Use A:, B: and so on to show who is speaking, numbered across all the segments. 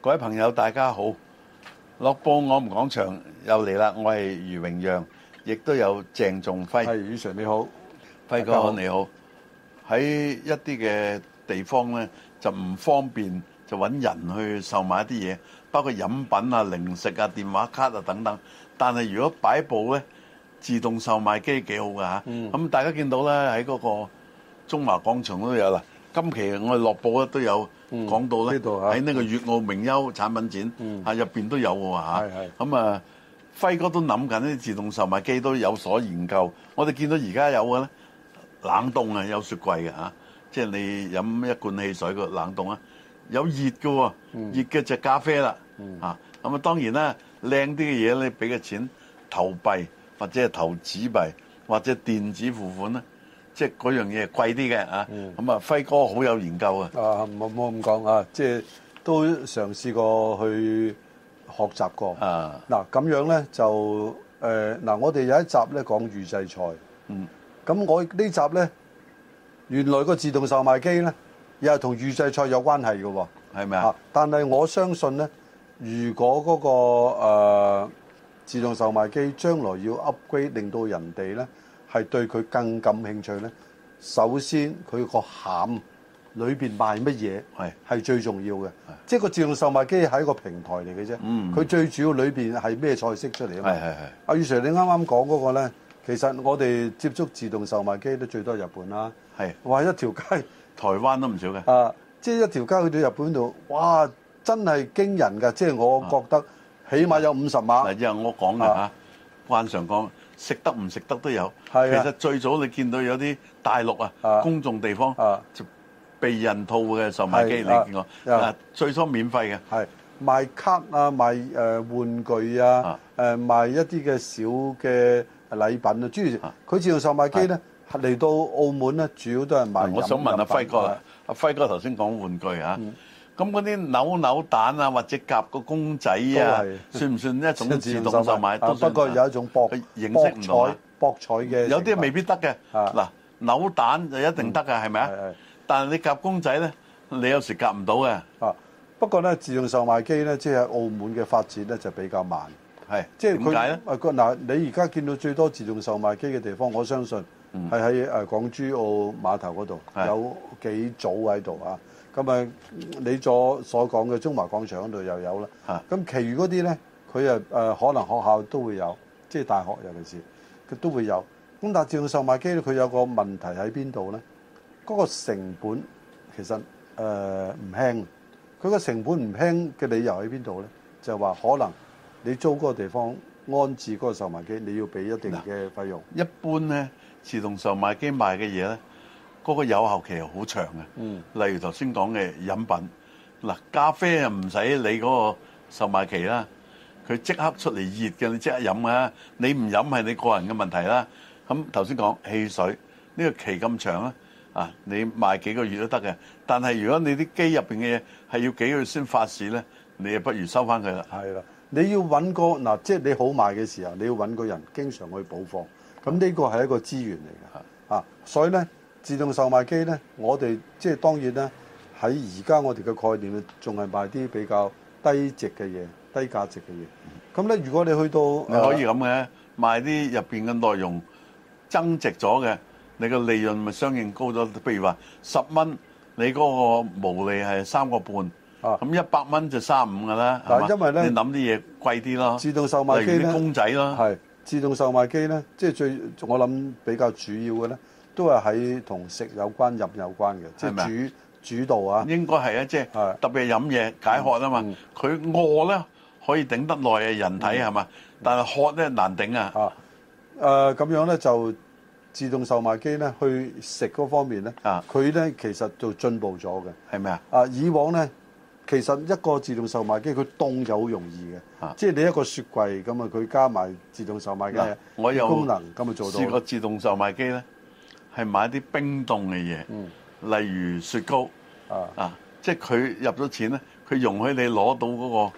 A: 各位朋友，大家好！樂報我們講場又嚟啦，我係余榮讓，亦都有鄭仲
B: 係，
A: 輝，
B: 宇常你好，
A: 輝
B: 大家好
A: 哥你好。喺一啲嘅地方呢，就唔方便就揾人去售賣一啲嘢，包括飲品啊、零食啊、電話卡啊等等。但係如果擺佈呢，自動售賣機幾好㗎嚇。咁、
B: 嗯
A: 大家見到啦，喺嗰個中華廣場都有啦。今期我哋樂報咧都有
B: 嗯
A: 講到咧，
B: 呢度啊
A: 喺呢個粵澳名優產品展。
B: 嗯
A: 啊，入邊都有喎嚇
B: 係係。
A: 咁啊，輝哥都諗緊啲自動售賣機都有所研究。我哋見到而家有嘅咧，冷凍啊，有雪櫃嘅嚇，即係你飲一罐汽水個冷凍啊，有熱嘅喎，
B: 嗯
A: 熱嘅就咖啡啦嚇。咁啊，當然啦，靚啲嘅嘢你俾嘅錢投幣或者係投紙幣或者電子付款咧，即係嗰樣嘢係貴啲嘅啊。
B: 嗯
A: 咁啊，輝哥好有研究啊。
B: 啊冇冇咁講啊，即係都嘗試過去學習過。
A: 啊，
B: 嗱咁樣咧就誒嗱，我哋有一集咧講預製菜，
A: 嗯，
B: 咁我呢集咧原來個自動售賣機咧又係同預製菜有關係嘅喎。
A: 係咪啊
B: 啊！，但係我相信咧，如果嗰、個、呃、自動售賣機將來要 upgrade，令到人哋咧係對佢更感興趣咧，首先佢個餡裏邊賣乜嘢
A: 係
B: 係最重要嘅，即係個自動售賣機係一個平台嚟嘅啫。佢、最主要裏邊係咩菜式出嚟啊
A: 嗯
B: 嘛
A: 係？係係。
B: 阿宇 Sir，你啱啱講嗰個咧，其實我哋接觸自動售賣機都最多係日本啦。
A: 係
B: 哇！一條街。
A: 台灣都唔少嘅。
B: 啊，即係一條街去到日本度，哇！真係驚人㗎，即係我
A: 啊
B: 覺得起碼有五十
A: 嗱，
B: 碼。
A: 因為我講嘅嚇
B: 啊，
A: 慣常講食得唔食得都有。其
B: 係啊
A: 實最早你見到有啲大陸啊
B: 啊，
A: 公眾地方
B: 啊
A: 就避孕套嘅售賣機，你
B: 係啊
A: 見過？
B: 啊
A: 嗱，最初免費嘅，
B: 係賣卡啊，賣誒、呃玩具啊
A: 啊，
B: 誒、賣一啲嘅小嘅禮品啊，諸如
A: 啊
B: 佢自動售賣機咧，嚟到澳門咧，主要都係賣飲。
A: 啊我想問阿輝哥啦
B: 啊，，
A: 阿輝哥頭先講玩具嚇。咁嗰啲扭扭蛋啊，或者夾個公仔啊
B: 都係，
A: 算唔算一種自動
B: 動
A: 售賣？
B: 啊
A: 都算
B: 不過有一種博
A: 佢形
B: 博
A: 式唔同啊
B: 彩博彩嘅，
A: 有啲未必得嘅。
B: 啊
A: 嗱，扭蛋就一定得嘅，係咪
B: 係
A: 啊
B: 係？
A: 但係你夾公仔咧，你有時夾唔到嘅，
B: 啊。不過咧，自動售賣機咧，即係澳門嘅發展咧就比較慢。
A: 係
B: 即係
A: 點解
B: 佢
A: 咧？
B: 誒個嗱，你而家見到最多自動售賣機嘅地方，我相信係喺誒港珠澳碼頭嗰度
A: 嗯係
B: 有幾組喺度啊。咁啊，你所所講嘅中華廣場嗰度又有
A: 嚇
B: 啦。咁其餘嗰啲咧，佢啊誒可能學校都會有，即係大學尤其是佢都會有。咁但係自動售賣機咧，佢有個問題喺邊度咧？嗰、個成本其實誒唔、輕，佢個成本唔輕嘅理由喺邊度咧？就係、話可能你租嗰個地方安置嗰個售賣機，你要俾一定嘅費用。
A: 一般咧，自動售賣機賣嘅嘢咧，嗰、個有效期係好長嘅。
B: 嗯，
A: 例如頭先講嘅飲品，嗱咖啡啊唔使你嗰個售賣期啦，佢即刻出嚟熱嘅，你即刻飲啊！你唔飲係你個人嘅問題啦。咁頭先講汽水呢、個期咁長啊，啊你賣幾個月都得嘅。但係如果你啲機入邊嘅嘢係要幾個月先發市咧，你就不如收翻佢啦。
B: 係啦，你要揾個嗱，即係你好賣嘅時候，你要揾個人經常去補貨。咁呢個係一個資源嚟嘅啊，所以呢，自動售賣機呢，我哋即係當然呢，喺而家我哋嘅概念仲係賣啲比較低值嘅嘢、低價值嘅嘢。咁呢，如果你去
A: 你
B: 到啊
A: 可以咁嘅，賣啲入邊嘅內容增值咗嘅，你個利潤咪相應高咗。譬如話十蚊，你嗰個毛利係三個半，
B: 啊
A: 咁一百蚊就三五㗎啦。
B: 嗱
A: 係嘛
B: 因為呢
A: 你諗啲嘢貴啲咯，
B: 自動售賣機
A: 例如啲
B: 呢。
A: 公仔咯，
B: 係自動售賣機咧，即係最我諗比較主要嘅咧，都係喺同食有關、飲有關嘅，即
A: 係咪啊
B: 係主主導啊。
A: 應該係啊，即係
B: 係
A: 特別係飲嘢解渴啊嘛。佢餓咧可以頂得耐啊，人體係嘛，但係渴咧難頂啊。
B: 啊，誒、咁樣咧就自動售賣機咧，去食嗰方面咧
A: 啊，
B: 佢咧、其實就進步咗嘅。
A: 係咪啊？
B: 啊，以往咧其實一個自動售賣機佢凍就好容易嘅，
A: 啊
B: 即係你一個雪櫃咁啊，佢加埋自動售賣機
A: 嗱我又
B: 功能咁啊做
A: 試
B: 到
A: 過
B: 啦。
A: 自動售賣機咧，係買啲冰凍嘅嘢，例如雪糕
B: 啊
A: 啊，即係佢入咗錢咧，佢容許你攞到嗰個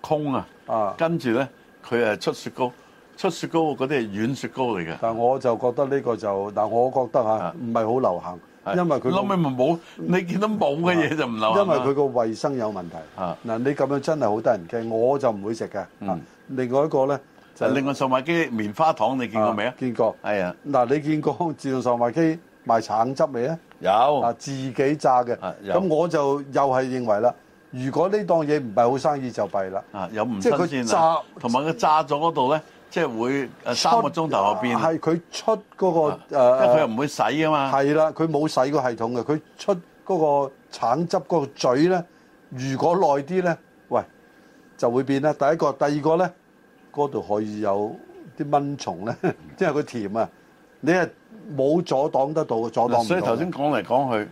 A: 空啊，
B: 啊！
A: 跟住咧佢誒出雪糕，出雪糕嗰啲係軟雪糕嚟嘅，
B: 但我就覺得呢個就嗱，我覺得嚇唔係好流行，
A: 啊係
B: 因為佢
A: 後尾咪冇，你見到冇嘅嘢就唔流行
B: 因為
A: 啦
B: 佢個衛生有問題。
A: 啊
B: 嗱，你咁樣真係好得人驚，我就唔會食嘅。
A: 嗯
B: 啊，另外一個咧就
A: 另外售賣機棉花糖你見過未啊？
B: 見過。
A: 係啊，
B: 嗱，你見過自動售賣機賣橙汁未啊？啊
A: 有，
B: 自己榨嘅，
A: 哦啊有
B: 咁我就又係認為啦，如果呢檔嘢唔係好生意就弊啦。
A: 啊有唔
B: 即
A: 新
B: 係佢
A: 鮮啊，
B: 炸
A: 同埋佢炸咗嗰度咧，即係會誒啊三個鐘頭後變，
B: 啊係呃佢出嗰
A: 啊因
B: 個
A: 為佢又
B: 誒
A: 唔會洗啊嘛。
B: 係啦，佢冇洗個系統嘅，佢出嗰個橙汁嗰個嘴咧，如果耐啲咧，喂就會變啦。第一個，第二個咧，嗰度可以有啲蚊蟲咧， 因為佢甜啊，你係冇阻擋得到，阻擋唔到。
A: 所以頭先講嚟講去，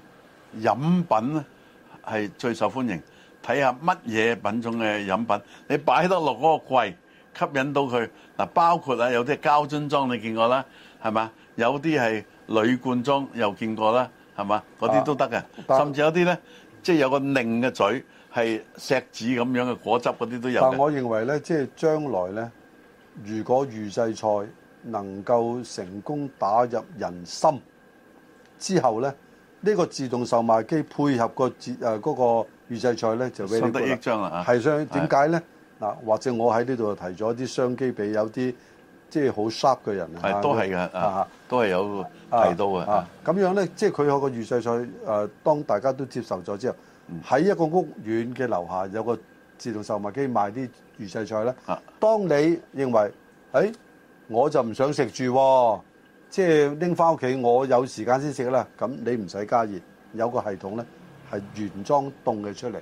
A: 飲品咧係最受歡迎。睇下乜嘢品種嘅飲品，你擺得落嗰個櫃，吸引到佢嗱。包括啊，有啲係膠樽裝你見過啦，係嘛？有啲係鋁罐裝又見過啦，係嘛？嗰
B: 啊
A: 啲都得嘅，
B: 但
A: 甚至有啲咧，即係有個擰嘅嘴係石子咁樣嘅果汁嗰啲都有
B: 但
A: 嘅。
B: 我認為咧，即係將來咧，如果預製菜能夠成功打入人心之後咧，呢、個自動售賣機配合個自誒嗰、個預製菜咧就 very
A: 相
B: good
A: 得益
B: 啦。
A: 彰啊啦嚇。
B: 係相點解咧？嗱，或者我喺呢度提咗啲商機俾有啲即係好 sharp 嘅人
A: 係都係嘅啊，都係有提到嘅。
B: 啊，咁樣咧，即係佢有個預製菜誒、呃，當大家都接受咗之後，
A: 嗯
B: 喺、一個屋苑嘅樓下有個自動售賣機賣啲預製菜咧。
A: 啊
B: 當你認為誒、哎我就唔想食住喎，即係拎翻屋企，我有時間先食啦。咁你唔使加熱，有個系統咧係原裝凍嘅出嚟。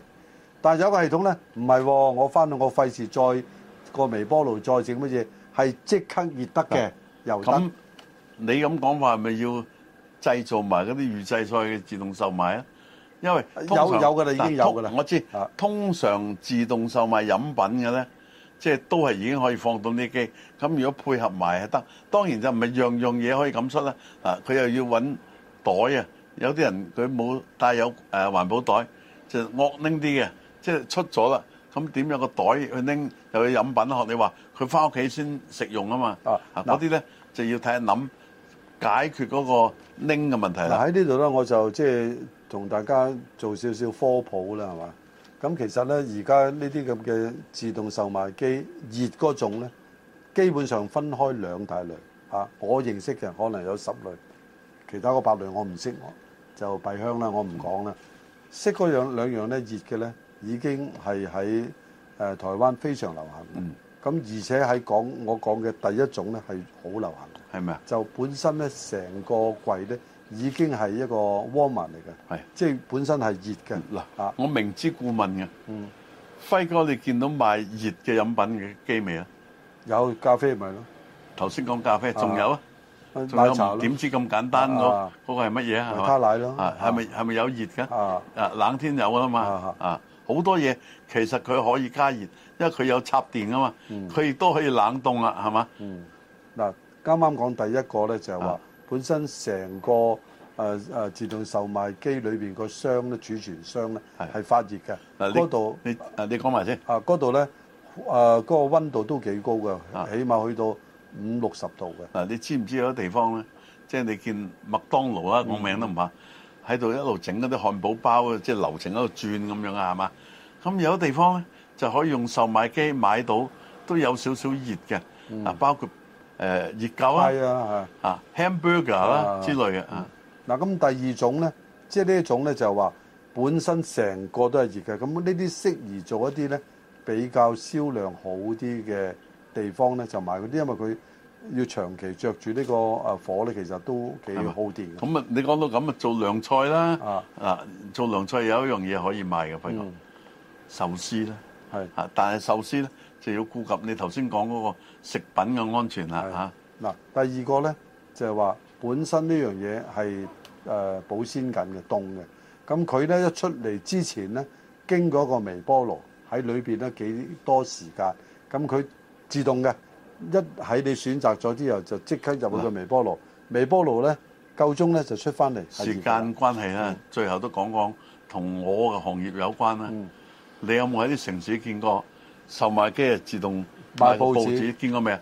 B: 但係有個系統咧唔係喎，我翻到我費事再個微波爐再整乜嘢，係即刻熱得
A: 啊
B: 嘅，又得。
A: 咁你咁講法係咪要製造埋嗰啲預製菜嘅自動售賣啊？因為通常
B: 有有㗎啦已經有㗎
A: 嗱
B: 啦
A: 通我知
B: 啊，
A: 通常自動售賣飲品嘅咧，即係都係已經可以放到呢機。咁如果配合埋係得，當然就唔係樣樣嘢可以咁出啦。啊，佢又要揾袋啊，有啲人佢冇帶有誒環保袋，就惡拎啲嘅，即係出咗啦。咁點有個袋去拎又有飲品？學你話佢翻屋企先食用啊嘛。
B: 啊
A: 啊，嗰
B: 嗱
A: 啲咧就要睇下諗解決嗰個拎嘅問題啦。
B: 嗱喺呢度咧，我就即係同大家做少少科普啦，係嘛？咁其實咧，而家呢啲咁嘅自動售賣機熱嗰種咧，基本上分開兩大類啊。我認識嘅可能有十類，其他嗰八類我唔識，我就閉香啦，我唔講啦。識嗰樣兩樣咧熱嘅咧，已經係喺誒台灣非常流行
A: 嗯
B: 嘅。咁、而且喺講我講嘅第一種咧係好流行嘅。
A: 係咪啊？
B: 就本身咧成個櫃咧已經係一個 warmer 嚟嘅，
A: 係
B: 即係本身係熱嘅。
A: 嗯嗱
B: 啊，，
A: 我明知故問嘅。
B: 嗯，
A: 輝哥，你見到賣熱嘅飲品嘅機未啊？
B: 有咖啡咪咯，
A: 頭先講咖啡，仲有啊？仲
B: 奶茶
A: 有
B: 咯，
A: 點知咁簡單嗰
B: 啊
A: 嗰個係乜嘢啊？
B: 維他
A: 係嘛？
B: 奶咯，
A: 啊，係咪係咪有熱㗎？
B: 啊？
A: 啊，冷天有㗎啦嘛
B: 啊。
A: 啊，好多嘢其實佢可以加熱，因為佢有插電啊嘛。佢亦都可以冷凍啦，係嘛？
B: 嗯，嗱，啱啱講第一個咧就係話
A: 啊，
B: 本身成個誒誒自動售賣機裏邊個箱咧儲存箱咧
A: 係
B: 係發熱嘅，
A: 嗱，
B: 嗰度
A: 你你啊，你講埋先。
B: 啊嗰度咧誒嗰個温度都幾高嘅
A: 啊，
B: 起碼去到五六十度嘅。
A: 嗱，啊你知唔知有啲地方咧？即係你見麥當勞
B: 嗯
A: 啦，我名都唔怕，喺度一路整嗰啲漢堡包啊，即係流程喺度轉咁樣啊，係嘛？咁有啲地方咧就可以用售賣機買到，都有少少熱嘅。啊，包括誒、呃、熱狗啦、
B: 係嗯啊，係。
A: 啊 hamburger 啦
B: 啊
A: 之類嘅啊，
B: 嗱，咁第二種咧，即係呢一種咧就係話本身成個都係熱嘅，咁呢啲適宜做一啲咧比較銷量好啲嘅地方咧就買嗰啲，因為佢要長期着住呢個誒火咧，其實都幾
A: 係嘛
B: 耗電嘅。
A: 咁啊你講到咁啊，做涼菜啦，
B: 嗯啊，
A: 啊做涼菜有一樣嘢可以賣嘅，輝哥
B: 嗯，
A: 壽司啦。
B: 係
A: 啊！但係壽司咧就要顧及你頭先講嗰個食品嘅安全啦
B: 係
A: 嚇。啊
B: 嗱，第二個咧就係話本身呢樣嘢係誒保鮮緊嘅，凍嘅，咁佢咧一出嚟之前咧，經過一個微波爐喺裏邊咧幾多時間，咁佢自動嘅，一喺你選擇咗之後就即刻入去個微波爐，微波爐咧夠鐘咧就出翻嚟，係
A: 嗯
B: 熱
A: 時
B: 㗎
A: 間關係啦，
B: 嗯
A: 最後都講講同我嘅行業有關啦。
B: 嗯
A: 你有冇喺啲城市見過售賣機係自動
B: 賣
A: 個
B: 報紙
A: 紙？見過未啊？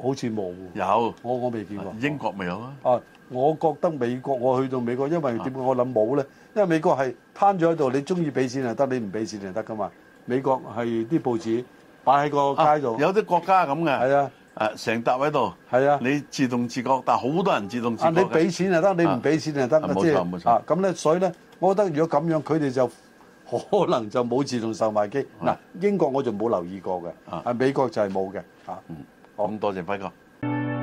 B: 好似冇喎，
A: 有
B: 我我未見過
A: 英國咪有啊？
B: 哦，我覺得美國我去到美國，因為點解我諗冇呢？因為美國係攤咗喺度，你中意俾錢就得，你唔俾錢就得噶嘛。美國係啲報紙擺喺個哦街度，
A: 啊有啲國家咁嘅，
B: 係啊
A: 誒成沓喺度，
B: 係啊，
A: 你自動自覺，但好多人自動自
B: 啊
A: 覺
B: 你
A: 嘅
B: 俾錢就得，你唔俾錢就得
A: 啊，冇
B: 即
A: 錯冇
B: 係
A: 錯
B: 啊咁呢，所以呢，我覺得如果咁樣，佢哋就可能就冇自動售賣機。嗱，英國我就冇留意過嘅，
A: 啊嗯
B: 啊美國就係冇嘅，啊。
A: 咁多謝輝哥。